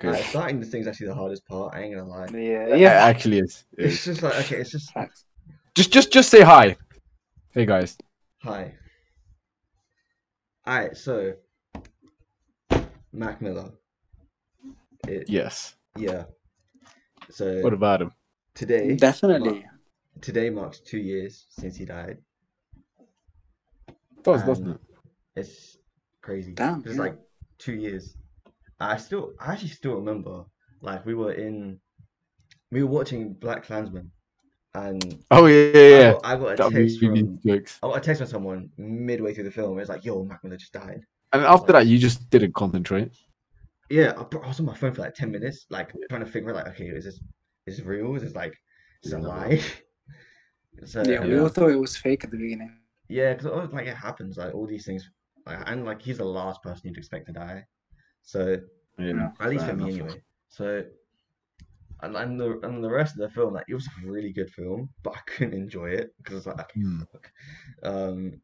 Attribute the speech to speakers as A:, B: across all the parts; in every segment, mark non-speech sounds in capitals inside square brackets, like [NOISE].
A: Like,
B: 'Cause-
A: starting this thing's actually the hardest part. I ain't gonna lie.
C: Yeah,
B: yeah,
C: yeah.
B: it actually is. It
A: It's
B: is.
A: just like okay, it's just
C: Facts.
B: Just, just, just say hi. Hey guys.
A: hi. All right, so Mac Miller. It,
B: Yes.
A: yeah. So
B: What about him?
A: today,
C: Definitely.
A: today marks two years since he died.
B: Does doesn't it?
A: Um, It's crazy.
C: Damn,
A: It's
C: yeah.
A: like two years. I still, I actually still remember. Like we were in, we were watching Black Klansman, and
B: Oh yeah,
A: I
B: yeah.
A: got- I got,
B: yeah.
A: a text from,
B: WBB jokes.
A: Oh, I got a text from someone midway through the film. It's like, yo, Mac Miller just died.
B: And after that, you just didn't concentrate.
A: Yeah, I put- I was on my phone for like ten minutes, like trying to figure out, like, okay, is this, is this real? Is this like, is it a
B: Yeah.
A: lie? [LAUGHS] So
C: Yeah, we
B: uh, Yeah.
C: all thought it was fake at the beginning.
A: Yeah, because like it happens, like all these things, like, and like he's the last person you'd expect to die, so
B: Yeah.
A: at least for
B: fair
A: me
B: enough.
A: anyway. So, and and the and the rest of the film, like it was a really good film, but I couldn't enjoy it because it's like, okay,
B: Hmm.
A: fuck. Um,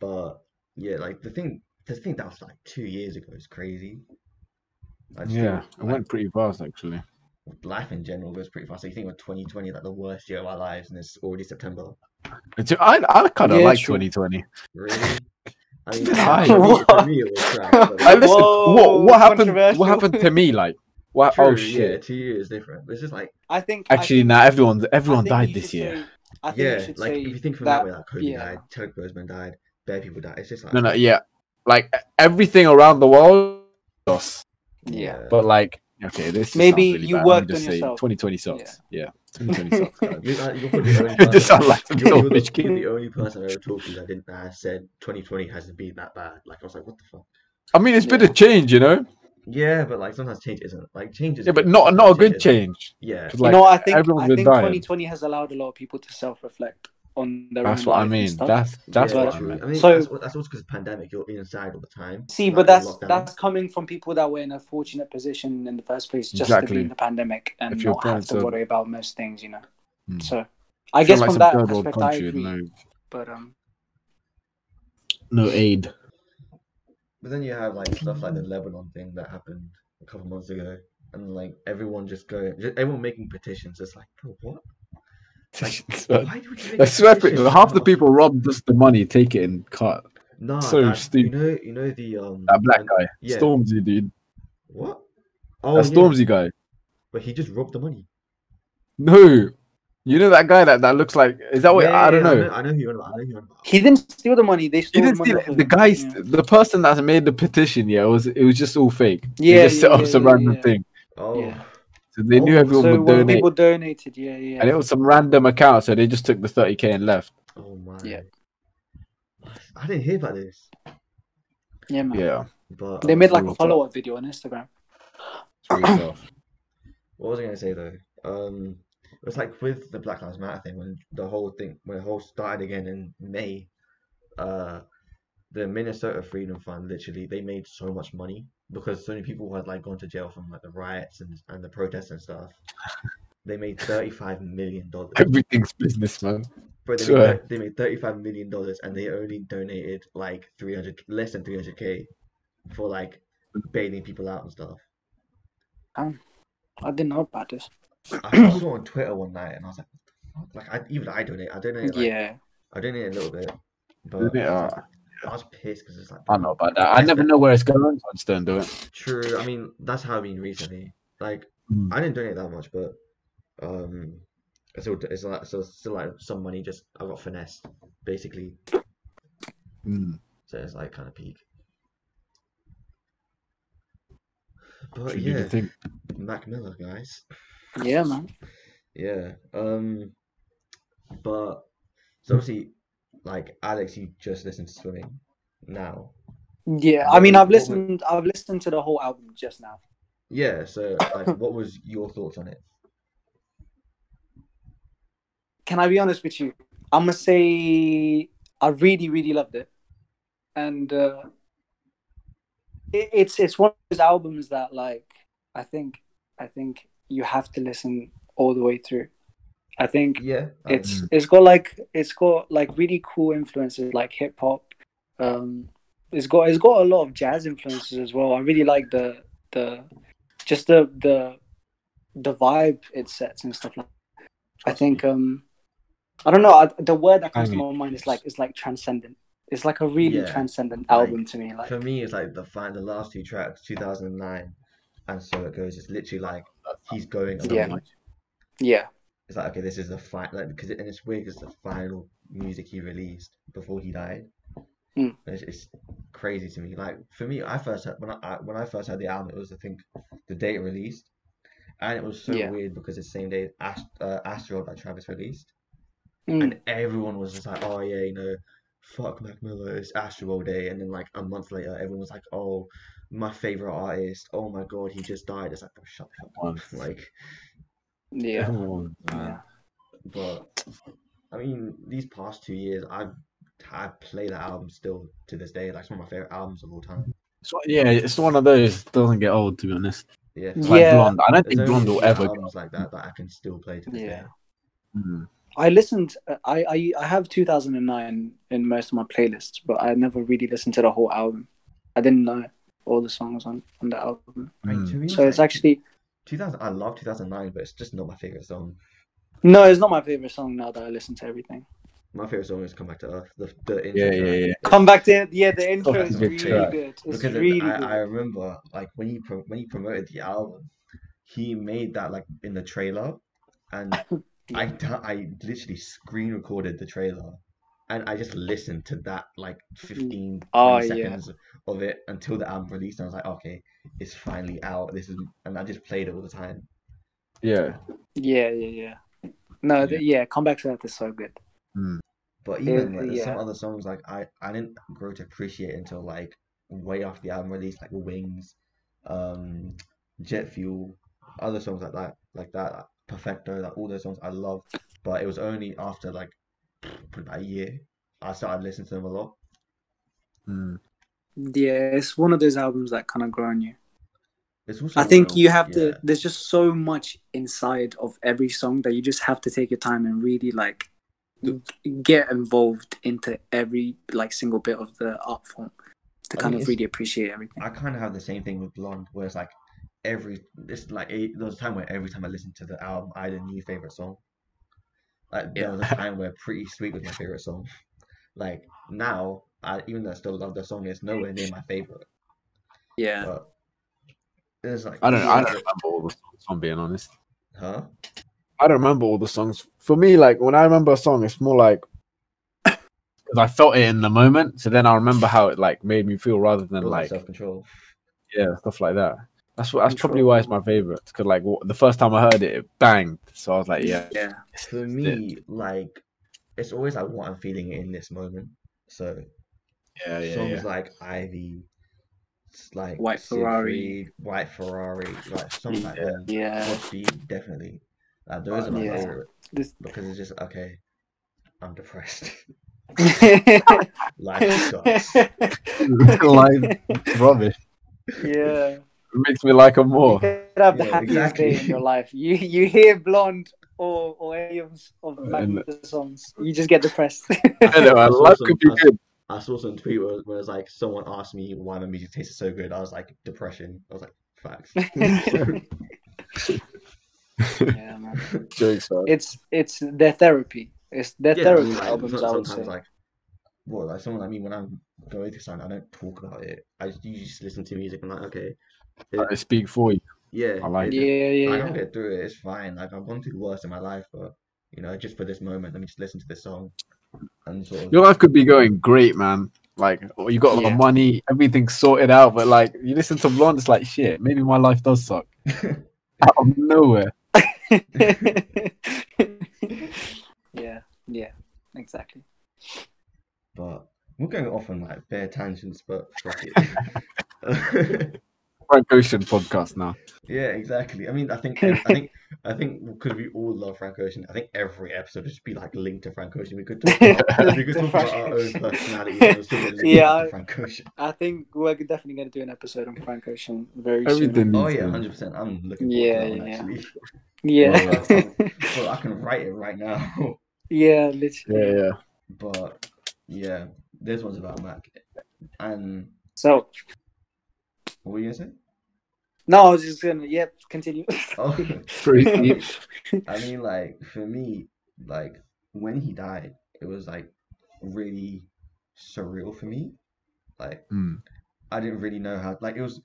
A: but yeah, like the thing, the thing that was like two years ago is crazy. I just think,
B: Yeah, it
A: like,
B: went pretty fast actually.
A: life in general goes pretty fast. So you think of 2020 like the worst year of our lives, and it's already September.
B: It's, I, I kind of
C: Yeah,
B: like
C: true.
B: 2020.
A: Really? I
B: [LAUGHS]
A: mean,
B: Hi.
A: for me, for me, it was crap, but-
B: [LAUGHS] I listen, what,
D: Whoa,
B: what happened?
D: controversial.
B: What happened to me? Like, what? oh
A: True,
B: shit!
A: Yeah, two years different. It's just like
C: I think
B: Actually, now everyone's everyone died this year.
C: I think you
A: yeah,
C: should
A: like
C: say
A: if you think from that,
C: that,
A: way, like Kobe
C: yeah.
A: died, Tarek Bozeman died, bare people died. It's just like
B: No, no, yeah, like e- everything around the world. Sucks.
C: yeah.
B: But like, okay, this just
C: Maybe
B: sounds really
C: you
B: bad. Let me
C: worked
B: just
C: on
B: say
C: yourself.
B: 2020 sucks. Yeah, 2020 sucks. guys.
A: [LAUGHS] You, uh, you're
B: [LAUGHS]
A: probably the only
B: it just
A: person-
B: sounds like a
A: you're,
B: little
A: you're
B: bitch
A: the,
B: kid.
A: you're the only person I ever talked to that didn't that said 2020 hasn't been that bad. Like I was like, what the fuck?
B: I mean, it's been a change, you know.
A: Yeah, but like sometimes change isn't like change is
B: Yeah, but
A: good,
B: not not a
A: sometimes
B: good
A: isn't.
B: change.
A: Yeah,
B: 'Cause, like,
C: you know, I think
B: everyone's
C: I
B: been
C: think
B: dying.
C: 2020 has allowed a lot of people to self-reflect on their
B: That's
C: own
B: what
C: life
B: I
C: and
B: mean.
C: stuff.
B: That's that's
A: yeah,
B: what I
A: true.
B: mean.
A: I mean,
C: So-
A: that's, what- that's also because of pandemic. You're inside all the time.
C: See,
A: like,
C: but
A: the
C: that's
A: lockdown.
C: that's coming from people that were in a fortunate position in the first place, just to
B: Exactly.
C: be in the pandemic and
B: If your
C: not have
B: parents
C: to
B: are-
C: worry about most things, you know.
B: Hmm.
C: So, I guess
B: like
C: from
B: some
C: that
B: third world
C: aspect, I
B: country with
C: agree.
B: no
C: But um,
B: no
C: [LAUGHS]
B: aid. [LAUGHS]
A: But then you have like stuff like the Lebanon thing that happened a couple months ago, and like everyone just going, just, everyone making petitions. It's like, bro, what? Why do we make
B: I swear,
A: petitions?
B: for- half the
A: Nah.
B: people robbed us the money, take it and cut.
A: Nah,
B: so
A: that-
B: stupid.
A: You know, you know the um
B: That black
A: when-
B: guy,
A: yeah.
B: Stormzy, dude.
A: What? Oh, yeah,
B: that Stormzy guy.
A: but he just robbed the money.
B: No, you know that guy that, that looks like. Is that what?
A: Yeah,
B: Oh, I don't
A: yeah,
B: know.
A: I know, I know who you're on about. I know who you're on about.
C: he didn't steal the money; they
B: He
C: stole
B: didn't
C: the
B: see that-
C: money. off of
B: the
C: him.
B: guy,
C: Yeah.
B: the person that made the petition. Yeah, it was it was just all fake. he
C: Yeah,
B: just
C: yeah,
B: set up
C: yeah,
B: some
C: yeah,
B: random
C: yeah.
B: thing.
A: Oh,
C: Yeah.
B: So they knew
A: Oh,
B: everyone
C: So
B: would
C: when
B: donate,
C: people donated, yeah, yeah,
B: and it was some random account. So they just took the thirty k and left.
A: oh my.
C: Yeah.
A: I didn't hear about this,
C: yeah, man.
B: Yeah,
A: but
C: They
A: um,
C: made like a
B: Brutal.
C: follow-up video on Instagram.
A: [COUGHS]
B: screw yourself.
A: what was I gonna say though? Um, it was like with the Black Lives Matter thing when the whole thing when it whole started again in May. Uh, the Minnesota Freedom Fund literally they made so much money because so many people had like gone to jail from like the riots and, and the protests and
B: [LAUGHS]
A: stuff. They made thirty five million dollars.
B: Everything's business, man.
A: Bro, they,
B: Sure.
A: made, thir- they made thirty-five million dollars, and they only donated like three hundred, less than three hundred k, for like bailing people out and stuff.
C: I didn't know about this.
A: I saw on Twitter one night, and I was like, "What the fuck?" like I, even I donate, I donate, like,
C: yeah,
A: I donate a little bit, but
B: Isn't it?
A: I was
B: Uh,
A: like- I was pissed because it's like,
B: I don't know about that. I never know where it's going. So I just don't do it.
A: true. I mean, that's how I've been recently. Like,
B: Mm.
A: I didn't donate that much, but um, it's still, it's like, so it's still like some money just I got finessed, basically.
B: Mm.
A: So it's like kind of peak. But
B: Should do the
A: yeah,
B: thing.
A: Mac Miller, guys.
C: yeah, man.
A: Yeah. Um. But so obviously, like Alex, you just listened to Swimming now.
C: Yeah, I
A: What
C: mean,
A: were-
C: I've
A: what were-
C: listened. I've listened to the whole album just now.
A: Yeah. So
C: [LAUGHS]
A: like, what was your thoughts on it?
C: Can I be honest with you? I'm gonna say I really, really loved it, and uh, it, it's it's one of those albums that like I think I think you have to listen all the way through. I think
A: Yeah. um, I-
C: it's it's got like it's got like really cool influences like hip hop. Um, it's got it's got a lot of jazz influences as well. I really like the the just the the the vibe it sets and stuff like. I think um, I don't know. I, the word that comes to my mind is like is like transcendent. It's like a really
A: Yeah.
C: transcendent
A: Like,
C: album to me. Like
A: For me, it's like the fan, the last two tracks, 2009, and so it goes. It's literally like he's going. on.
C: Yeah. yeah,
A: It's like okay, this is the final. Like because it, and it's weird because the final music he released before he died.
C: Mm.
A: And It's, it's crazy to me. Like for me, I first heard, when I, I when I first heard the album, it was I think the day it released, and it was so
C: Yeah.
A: weird because it's the same day Ast- uh, Astro by Travis released.
C: Mm,
A: and everyone was just like, "Oh yeah, you know, fuck Mac Miller, it's Astro Day," and then like a month later, everyone was like, "Oh, my favorite artist, oh my god, he just died." It's like, oh, shut the fuck
B: One.
A: up, like,
C: yeah,
B: Come on, man.
A: Um,
C: yeah,
A: but I mean, these past two years, I've I play that album still to this day. Like, it's one of my favorite albums of all time.
B: So, yeah, it's one of those doesn't get old to be honest.
A: Yeah,
B: It's like
C: Yeah.
B: blonde. I don't
A: there's
B: think
A: only
B: blonde will
A: few
B: ever.
A: albums like that that I can still play to this
C: yeah.
A: day.
B: Mm.
C: I listened. I, I I have 2009 in most of my playlists, but I never really listened to the whole album. I didn't know all the songs on on the album,
A: Like,
B: Mm.
A: to me,
C: so it's
A: like,
C: actually
A: 2000. I love 2009, but it's just not my favorite song.
C: no, it's not my favorite song now that I listen to everything.
A: My favorite song is "Come Back to Earth." The, the intro
B: Yeah,
A: track.
B: yeah, yeah.
C: Come back to yeah, the intro
B: that's
C: is
B: a good
C: really
B: track.
C: good. It's
A: because it-
C: really
A: I, I
C: good.
A: remember like when he pro- when he promoted the album, he made that like in the trailer,
C: [LAUGHS]
A: and I t- I literally screen recorded the trailer, and I just listened to that like 15
C: Mm. Oh,
A: 20
C: yeah.
A: seconds of it until the album released, and I was like, okay, it's finally out. This is and I just played it all the time.
B: Yeah.
C: Yeah, yeah, yeah. No, yeah. The, yeah, come back to that is so good.
B: Mm.
A: But even
C: Yeah,
A: like, there's some
C: yeah.
A: other songs like I I didn't grow to appreciate until like way after the album release, like Wings, um, Jet Fuel, other songs like that, like that, like Perfecto, like all those songs I love. But it was only after like probably about a year I started listening to them a lot.
B: Mm.
C: Yeah, it's one of those albums that kind of grow on you.
A: It's also
C: I think
A: real-
C: you have to.
A: yeah.
C: There's just so much inside of every song that you just have to take your time and really like
A: The-
C: get involved into every like single bit of the art form to
A: I
C: kind
A: mean,
C: of
A: it's-
C: really appreciate everything.
A: I kind of have the same thing with Blonde, where it's like every it's like a, there was a time where every time I listened to the album, I had a new favorite song. Like there
C: Yeah. [LAUGHS]
A: was a time where Pretty Sweet was my favorite song. Like now, I even though I still love the song, it's nowhere near my favorite.
C: Yeah,
A: But it's like
B: I don't. I don't
A: yeah,
B: remember all the songs. If I'm being honest.
A: Huh?
B: I don't remember all the songs. For me, like when I remember a song, it's more like [COUGHS] because I felt it in the moment. So then I remember how it like made me feel rather than
A: Build
B: like
A: self control.
B: yeah stuff like that. That's what. That's
C: Control.
B: probably why it's my favorite. Because like w- the first time I heard it, it banged. So I was
A: Uh, [LAUGHS]
B: like, yeah.
C: yeah,
A: For me, like it's always like what I'm feeling in this moment. So
B: Yeah, Oh, yeah,
A: songs
B: yeah.
A: like Ivy, s- like
C: White Ferrari.
A: Siegfried, White Ferrari, like songs like
B: Yeah.
A: that.
C: yeah.
A: Godspeed, definitely. Uh, those are my
C: Yeah.
A: favorite
C: This-
A: because it's just okay. I'm depressed. [LAUGHS]
C: [LAUGHS] yeah,
A: Life sucks.
B: [LAUGHS] like
A: [LAUGHS]
B: rubbish. It makes me like him
C: You
A: [LAUGHS]
B: more.
C: could have the
A: Oh. Yeah,
C: happiest
A: exactly.
C: day in your life. You you hear blonde or or any of,
A: Uh,
C: of
B: And-
C: the songs, you just get
A: [LAUGHS]
C: depressed. [LAUGHS]
B: I know.
A: That's
B: Life
A: awesome.
B: could be
A: That's-
B: good.
A: I saw some tweet where, where it was like someone asked me why my music tasted so good. I was like depression. I was like
C: [LAUGHS]
A: facts.
C: yeah, man.
B: Jokes, man.
C: It's it's their therapy. It's their
A: Yeah, I
C: therapy
A: mean, like,
C: albums.
A: some-
C: I would say.
A: sometimes like well, like someone like me when I'm going through something, I don't talk about it. I just, you just listen to music. I'm like okay,
B: I speak for you.
A: yeah,
B: I like
A: it-
C: yeah, yeah,
A: Like, I'll
C: yeah.
A: get through it. It's fine. Like I've gone through worse in my life, but you know, just for this moment, let me just listen to this song and sort of.
B: Your life could be going great, man. Like oh, you got all
C: Yeah.
B: the money, everything's sorted out, but like you listen to Blonde, it's like shit. Maybe my life does suck
A: [LAUGHS]
B: out of nowhere.
C: [LAUGHS] yeah, yeah, exactly.
A: but we're going off on like bare tangents, but fuck
C: [LAUGHS]
A: it. [LAUGHS]
B: Frank Ocean podcast now.
A: yeah, exactly. I mean, I think I think I think because we all love Frank Ocean, I think every episode would just be like linked to Frank Ocean. We could talk
C: [LAUGHS]
A: about, we
C: Linked
A: could
C: to
A: talk about our own
C: Frank Ocean.
A: personalities. and still get linked back
C: Yeah.
A: to Frank
C: [LAUGHS]
A: Ocean.
C: I think we're definitely going to do an episode on Frank Ocean very
B: Everything.
C: soon.
A: Oh
B: needs
A: yeah,
B: to-
A: hundred percent. I'm looking forward
C: Yeah,
A: to that one
C: yeah. [LAUGHS]
A: actually.
C: Yeah,
A: Well, I can write it right now.
C: [LAUGHS]
A: [LAUGHS]
C: yeah, literally.
B: Yeah, yeah.
A: But yeah, this one's about Mac. And
C: So
A: what were you gonna say?
C: No, I was just gonna. Yep, continue. [LAUGHS]
A: Oh, [LAUGHS]
B: Pretty deep.
A: I mean, like for me, like when he died, it was like really surreal for me. Like
B: Mm.
A: I didn't really know how. Like it was.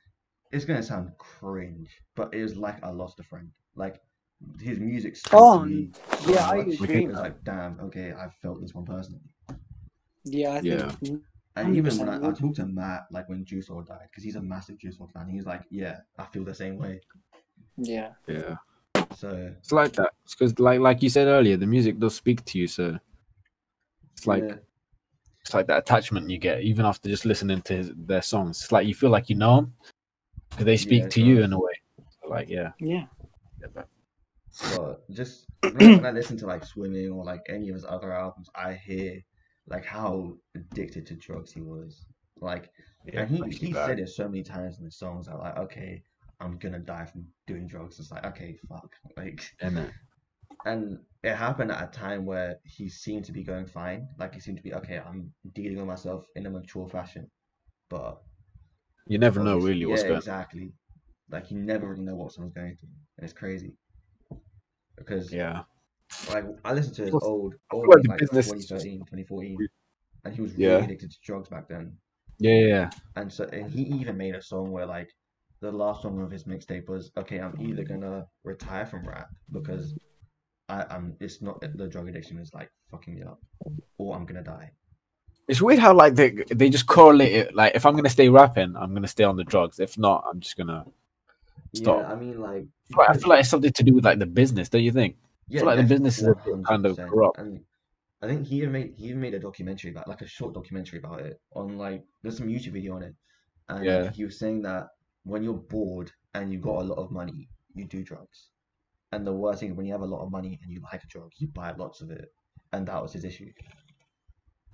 A: It's gonna sound cringe, but it was like I lost a friend. Like his music. spoke to
C: Oh,
A: me so
C: yeah, I
A: much.
C: agree,
A: It was
B: man.
A: like, damn, okay, I felt this one person.
C: yeah, I think.
A: And even when
C: 100%
A: I, I
C: would.
A: talked to Matt, like when Juice WRLD died, because he's a massive Juice WRLD fan, he was like, yeah, I feel the same way.
C: Yeah,
B: Yeah.
A: So
B: It's like that. It's because, like, like you said earlier, the music does speak to you. So it's like
A: yeah,
B: it's like that attachment you get, even after just listening to his, their songs. It's like you feel like you know them because they speak
A: Yeah,
B: to you
A: sure.
B: in a way. So, like, yeah,
C: yeah,
B: get that.
A: but just when I listen to like Swimming or like any of his other albums, I hear like how addicted to drugs he was. Like,
B: Yeah,
A: and he,
B: makes you
A: he
B: bad.
A: said it so many times in the songs that like, okay, I'm gonna die from doing drugs. It's like, okay, fuck, like.
B: Yeah, man.
A: and it happened at a time where he seemed to be going fine. Like he seemed to be okay. I'm dealing with myself in a mature fashion, but
B: You never know
A: obviously-
B: really what's
A: yeah,
B: going.
A: exactly. Like you never really know what someone's going through, and it's crazy because
B: Yeah,
A: like I listened to his
B: Plus,
A: old old
B: like the
A: like
B: business is just-
A: 2013, 2014, and he was really
B: Yeah.
A: addicted to drugs back then.
B: yeah, yeah, yeah.
A: And so and he even made a song where like the last song of his mixtape was okay, I'm either gonna retire from rap because I, I'm it's not the drug addiction is like fucking me up, or I'm gonna die.
B: It's weird how like they they just correlate it. Like, if I'm gonna stay rapping, I'm gonna stay on the drugs. If not, I'm just gonna. Stop.
A: Yeah, I mean like
B: But I feel like it's something to do with like the business, don't you think?
A: yeah,
B: like the
A: definitely,
B: business is a bit kind of
A: 100%.
B: corrupt.
A: And I think he even made he even made a documentary about like a short documentary about it on like there's some YouTube video on it, and
B: Yeah.
A: he was saying that when you're bored and you got a lot of money, you do drugs. And the worst thing is when you have a lot of money and you like drugs, you buy lots of it, and that was his issue.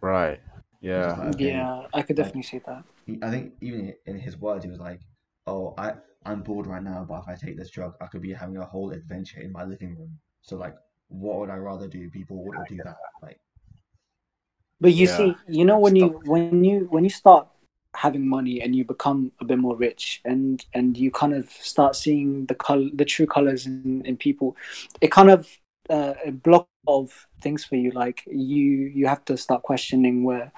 B: Right.
A: It's
B: Yeah.
A: just like, okay,
C: yeah. I could definitely see that.
A: he, I think even in his words, he was like, "Oh, I I'm bored right now, but if I take this drug, I could be having a whole adventure in my living room. So like, what would I rather do? People would do that. Like,
C: But you
B: Yeah.
C: see, you know when you when you when you start having money and you become a bit more rich and and you kind of start seeing the color the true colors in, in people it kind of uh, a block of things for you like you you have to start questioning where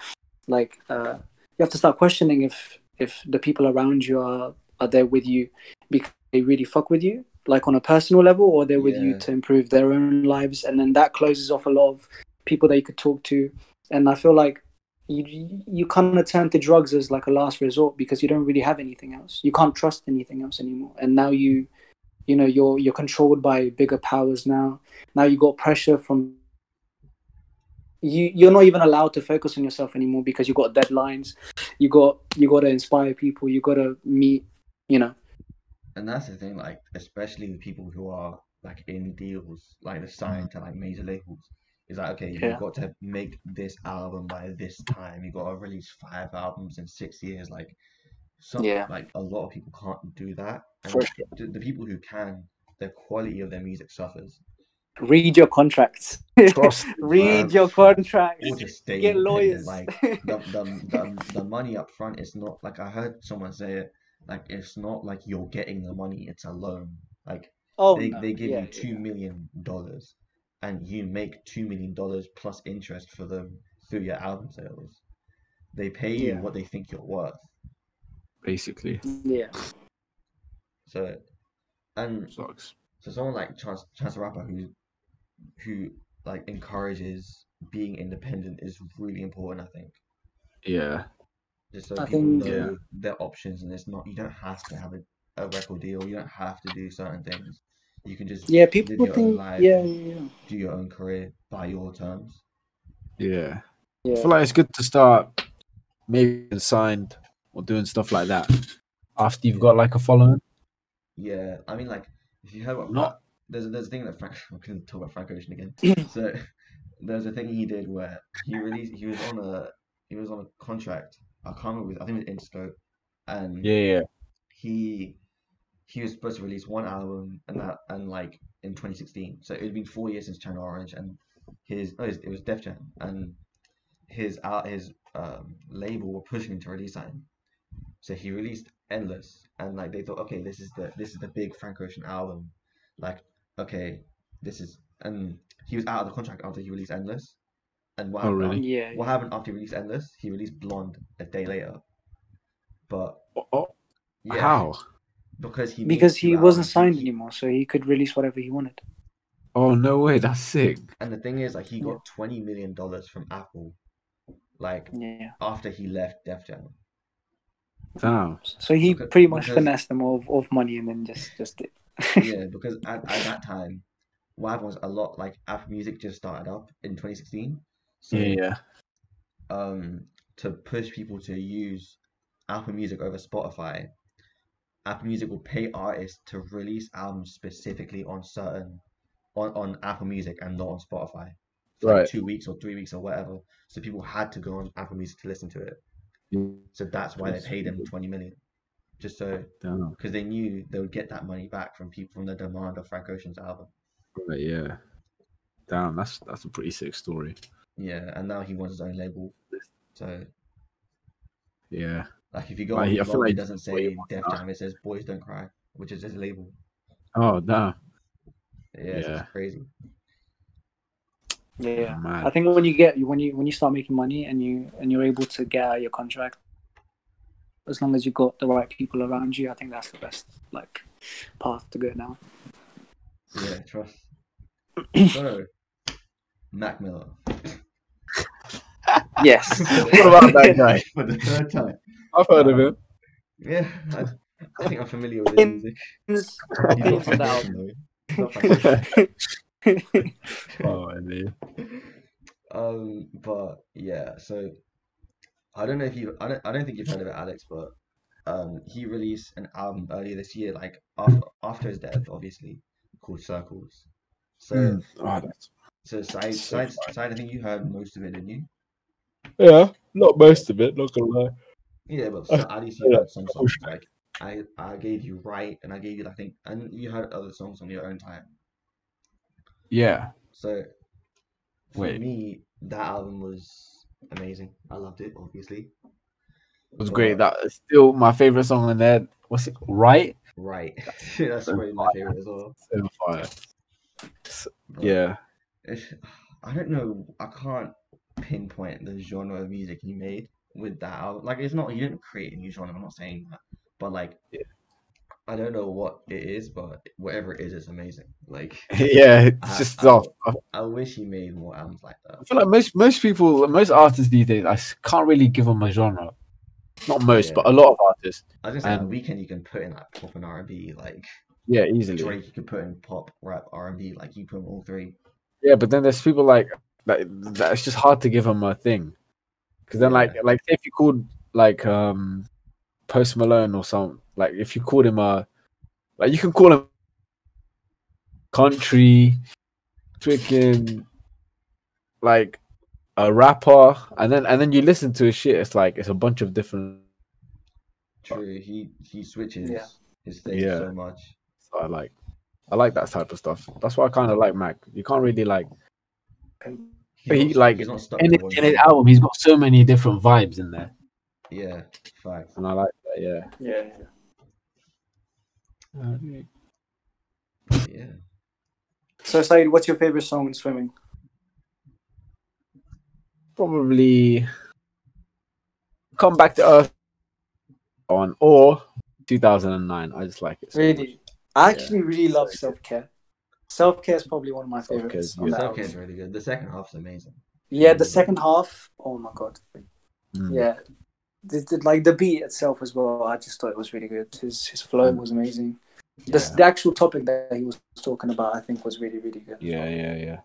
C: like uh you have to start questioning if if the people around you are are there with you because they really fuck with you like on a personal level or they're with you
A: Yeah.
C: to improve their own lives and then that closes off a lot of people that you could talk to and i feel like you you kind of turn to drugs as like a last resort because you don't really have anything else you can't trust anything else anymore and now you you know you're you're controlled by bigger powers now now you got pressure from you you're not even allowed to focus on yourself anymore because you got deadlines you got you got to inspire people you got to meet you know
A: and that's the thing. Like, especially with people who are like in deals, like they're signed to like major labels. It's like, okay,
C: Mm. Yeah.
A: you've got to make this album by this time. You've got to release five albums in six years. Like, some
C: Yeah.
A: like a lot of people can't do that. And
B: For sure.
A: the, the people who can, the quality of their music suffers.
C: read your contracts
A: [LAUGHS]
B: Trust.
C: read
A: Right.
C: your contracts
A: Or just stay
C: get
A: independent,
C: lawyers
A: Like
C: [LAUGHS]
A: the, the, the, the money up front is not like I heard someone say it. Like it's not like you're getting the money; it's a loan. Like
C: oh
A: they,
C: no.
A: they give
C: Yeah,
A: you two
C: yeah.
A: million dollars, and you make two million dollars plus interest for them through your album sales. They pay you
C: Yeah.
A: what they think you're worth.
B: Basically,
C: yeah
A: So, and
B: sucks.
A: So someone like Chance Chance the Rapper who who like encourages being independent is really important, I think.
B: Yeah.
A: Just so
C: I
A: people
C: think-
B: Yeah.
A: know their options and it's not you don't have to have a, a record deal, you don't have to do certain things. You can just
C: yeah
A: Live
C: people
A: your own
C: think
A: life.
C: yeah yeah, yeah.
A: do your own career by your terms.
B: Yeah.
C: yeah.
B: I feel like it's good to start maybe getting signed or doing stuff like that after you've got like a following.
A: Yeah, I mean like if you heard what
B: Not-
A: Fra- [LAUGHS] there's a- there's a thing that Frank I'm gonna talk about Frank Ocean again. So there's a thing he did where he released he was on a he was on a contract. I can't remember with I think it was Interscope and
B: Yeah, yeah,
A: he he was supposed to release one album and that and like in 2016 so it had been four years since Channel Orange and his no, it was Def Jam and his out his um, label were pushing him to release that so he released endless. And like they thought, okay, this is the this is the big Frank Ocean album. Like, okay, this is and he was out of the contract after he released Endless. And what
B: Oh,
A: happened,
B: really?
C: Yeah.
A: af- what happened after he released Endless? He released Blonde a day later. But
B: Oh, oh,
A: yeah,
B: How?
A: because he made
C: Because he
A: two
C: wasn't
A: albums.
C: signed
A: He-
C: anymore, so he could release whatever he wanted.
B: Oh no way! That's sick.
A: And the thing is, like, he
C: Yeah.
A: got twenty million dollars from Apple, like
C: Yeah.
A: after he left Def
C: [LAUGHS]
A: Jam.
B: Damn.
C: So he
A: Because-
C: pretty much
A: because-
C: finessed them all of, of money and then just just did.
A: yeah, because at, at that time, what happened was a lot like Apple Music just started up in 2016. So
B: Yeah.
A: um, to push people to use Apple Music over Spotify, Apple Music will pay artists to release albums specifically on certain on, on Apple Music and not on Spotify. For like
B: Right.
A: two weeks or three weeks or whatever. So people had to go on Apple Music to listen to it. So that's why they
B: That's
A: paid him
B: weird.
A: 20 million. Just so
B: Damn.
A: because they knew they would get that money back from people from the demand of Frank Ocean's album.
B: Right, yeah. Damn. That's that's a pretty sick story.
A: Yeah, and now he wants his own label. So
B: Yeah.
A: like if you go
B: Right,
A: on
B: I feel
A: Blonde,
B: like
A: it doesn't
B: what you
A: say
B: want
A: Def
B: now.
A: Jam, it says Boys Don't Cry, which is his label.
B: Oh damn.
A: Yeah, it's
B: Yeah.
A: just
B: [CLEARS THROAT]
A: crazy.
C: Yeah.
B: Mad.
C: I think when you get when you when you start making money and you and you're able to get out of your contract, as long as you've got the right people around you, I think that's the best like path to go now.
A: Yeah,
B: [CLEARS THROAT]
A: trust. so Mac Miller.
C: Yes.
A: what
B: about [LAUGHS] that guy?
A: [LAUGHS] For the third time.
B: I've heard of him.
A: Yeah, I, I think I'm familiar with his
C: In-
A: music.
B: [LAUGHS]
A: He's not
C: Opinions on
A: Frank
C: that
A: Ocean, though. Not Frank Ocean.
C: album.
B: oh, and then-
A: Um, but yeah, so I don't know if you, I don't, I don't think you've heard of it, Alex, but um, he released an album earlier this year, like after after his death, obviously, called Circles. So,
B: Mm. Oh, that's-
A: so side,
B: So
A: side, side. I think you heard most of it, didn't you?
B: Yeah. Not most of it. Not gonna lie.
A: Yeah, but
B: I-
A: so at least you
B: Uh, yeah,
A: heard some songs.
B: sure.
A: Like I, I gave you Right, and I gave you, I think, and you heard other songs on your own time.
B: Yeah.
A: So for
B: Wait.
A: me, that album was amazing. I loved it, obviously.
B: It was great. That is still my favorite song in there. What's it? Right.
A: Right, [LAUGHS] that's
B: so
A: probably my favorite as well.
B: So fire.
A: But
B: [LAUGHS] Yeah.
A: it's- I don't know. I can't pinpoint the genre of music he made with that album. Like, it's not he didn't create a new genre. I'm not saying that, but like,
B: Yeah.
A: I don't know what it is, but whatever it is, it's amazing. Like,
B: yeah. It's
A: I-
B: just
A: I-
B: off. I
A: I wish he made more albums like that.
B: feel like most most people, most artists these days, I s- can't really give them a genre. Not most,
A: Yeah.
B: but a lot of artists.
A: I was gonna say, like,
B: And-
A: Weekend you can put in like pop and R&B, like
B: Yeah, easily.
A: Drake you can put in pop, rap, R&B, like you put in all three.
B: Yeah, but then there's people like that. that it's just hard to give them a thing, because then like like if you called like um Post Malone or something, like if you called him a like you can call him country, freaking like a rapper, and then and then you listen to his shit. It's like it's a bunch of different.
A: True, he he switches
C: Yeah.
A: his things
B: Yeah.
A: so much.
B: So I like I like that type of stuff. That's why I kind of like Mac. You can't really like
A: He's
B: But he,
A: not-
B: like,
A: he's not stuck
B: in
A: to
B: his,
A: one
B: in his
A: genre.
B: album. He's got so many different vibes in there,
A: Yeah, facts.
B: and I like that. Yeah.
C: yeah.
A: Yeah.
C: So Saeed, what's your favorite song in swimming?
B: probably come back to earth on or 2009 i just like it so much.
C: Really, I actually really love self care. Self care is probably one of my
B: Self-Care's
C: favorites. on
A: The
B: good.
C: that
A: second
C: album.
A: is really good. The second half's amazing.
C: Yeah, the second half. Oh my god.
B: Mm.
C: Yeah, the, the- like the beat itself as well. I just thought it was really good. His his flow
B: Mm.
C: was amazing. The,
B: yeah
C: the actual topic that he was talking about, I think, was really really good.
B: yeah yeah, yeah.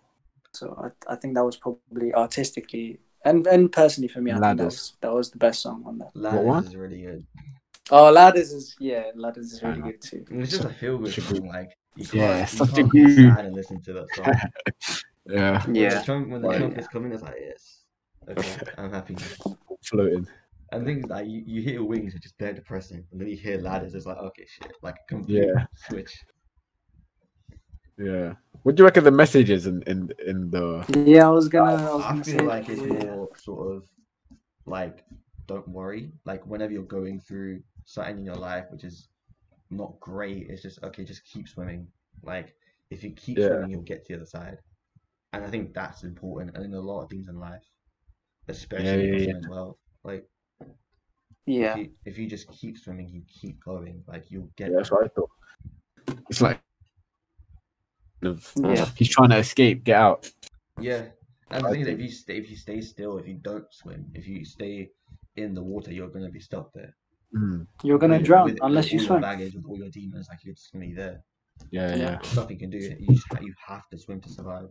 C: So I, I think that was probably artistically and and personally for me, I think that
B: Ladders.
C: was, that was the best song on that.
A: Ladders
B: one?
A: is really good.
C: Oh, Ladders is yeah, Ladders is really
B: Fair
C: good too.
A: And It's just a feel good
B: such a good-
A: song. Like you can't,
B: Yeah,
A: you
B: such a
A: can't be
B: good-
A: sad and listen to [LAUGHS] that song.
B: yeah
A: When the trump, when the
B: Right.
A: trumpet's coming, it's like yes, okay, I'm happy.
B: floating
A: And things like you, you hear wings, which is bare depressing, and then you hear ladders, it's like okay, shit, like a complete
B: Yeah.
A: switch.
B: yeah what do you reckon the message is in in, in the
C: Yeah, I was gonna. I, was
A: I
C: gonna say
A: feel like
C: that,
A: it's
C: yeah.
A: more sort of like don't worry, like whenever you're going through something in your life which is not great, it's just okay, just keep swimming. Like if you keep
B: Yeah.
A: swimming, you'll get to the other side. And I think that's important and in a lot of things in life, especially
B: yeah,
A: in the
B: yeah.
A: swimming world. Like if,
C: Yeah.
A: you, if you just keep swimming, you keep going. Like you'll get.
B: Yeah, that's what I thought. It's like
C: Yeah.
B: he's trying to escape, get out.
A: Yeah, and the
B: I
A: thing is, if you stay, if you stay still, if you don't swim, if you stay in the water, you're gonna be stuck there.
B: Mm.
C: You're gonna
A: With-
C: drown
A: with-
C: unless
A: with
C: you
A: all
C: swim.
A: Your baggage with all your demons, like you're just gonna be there.
B: Yeah, yeah,
C: Yeah.
A: There's nothing you can do. You just ha- you have to swim to survive.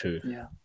B: true.
C: Yeah.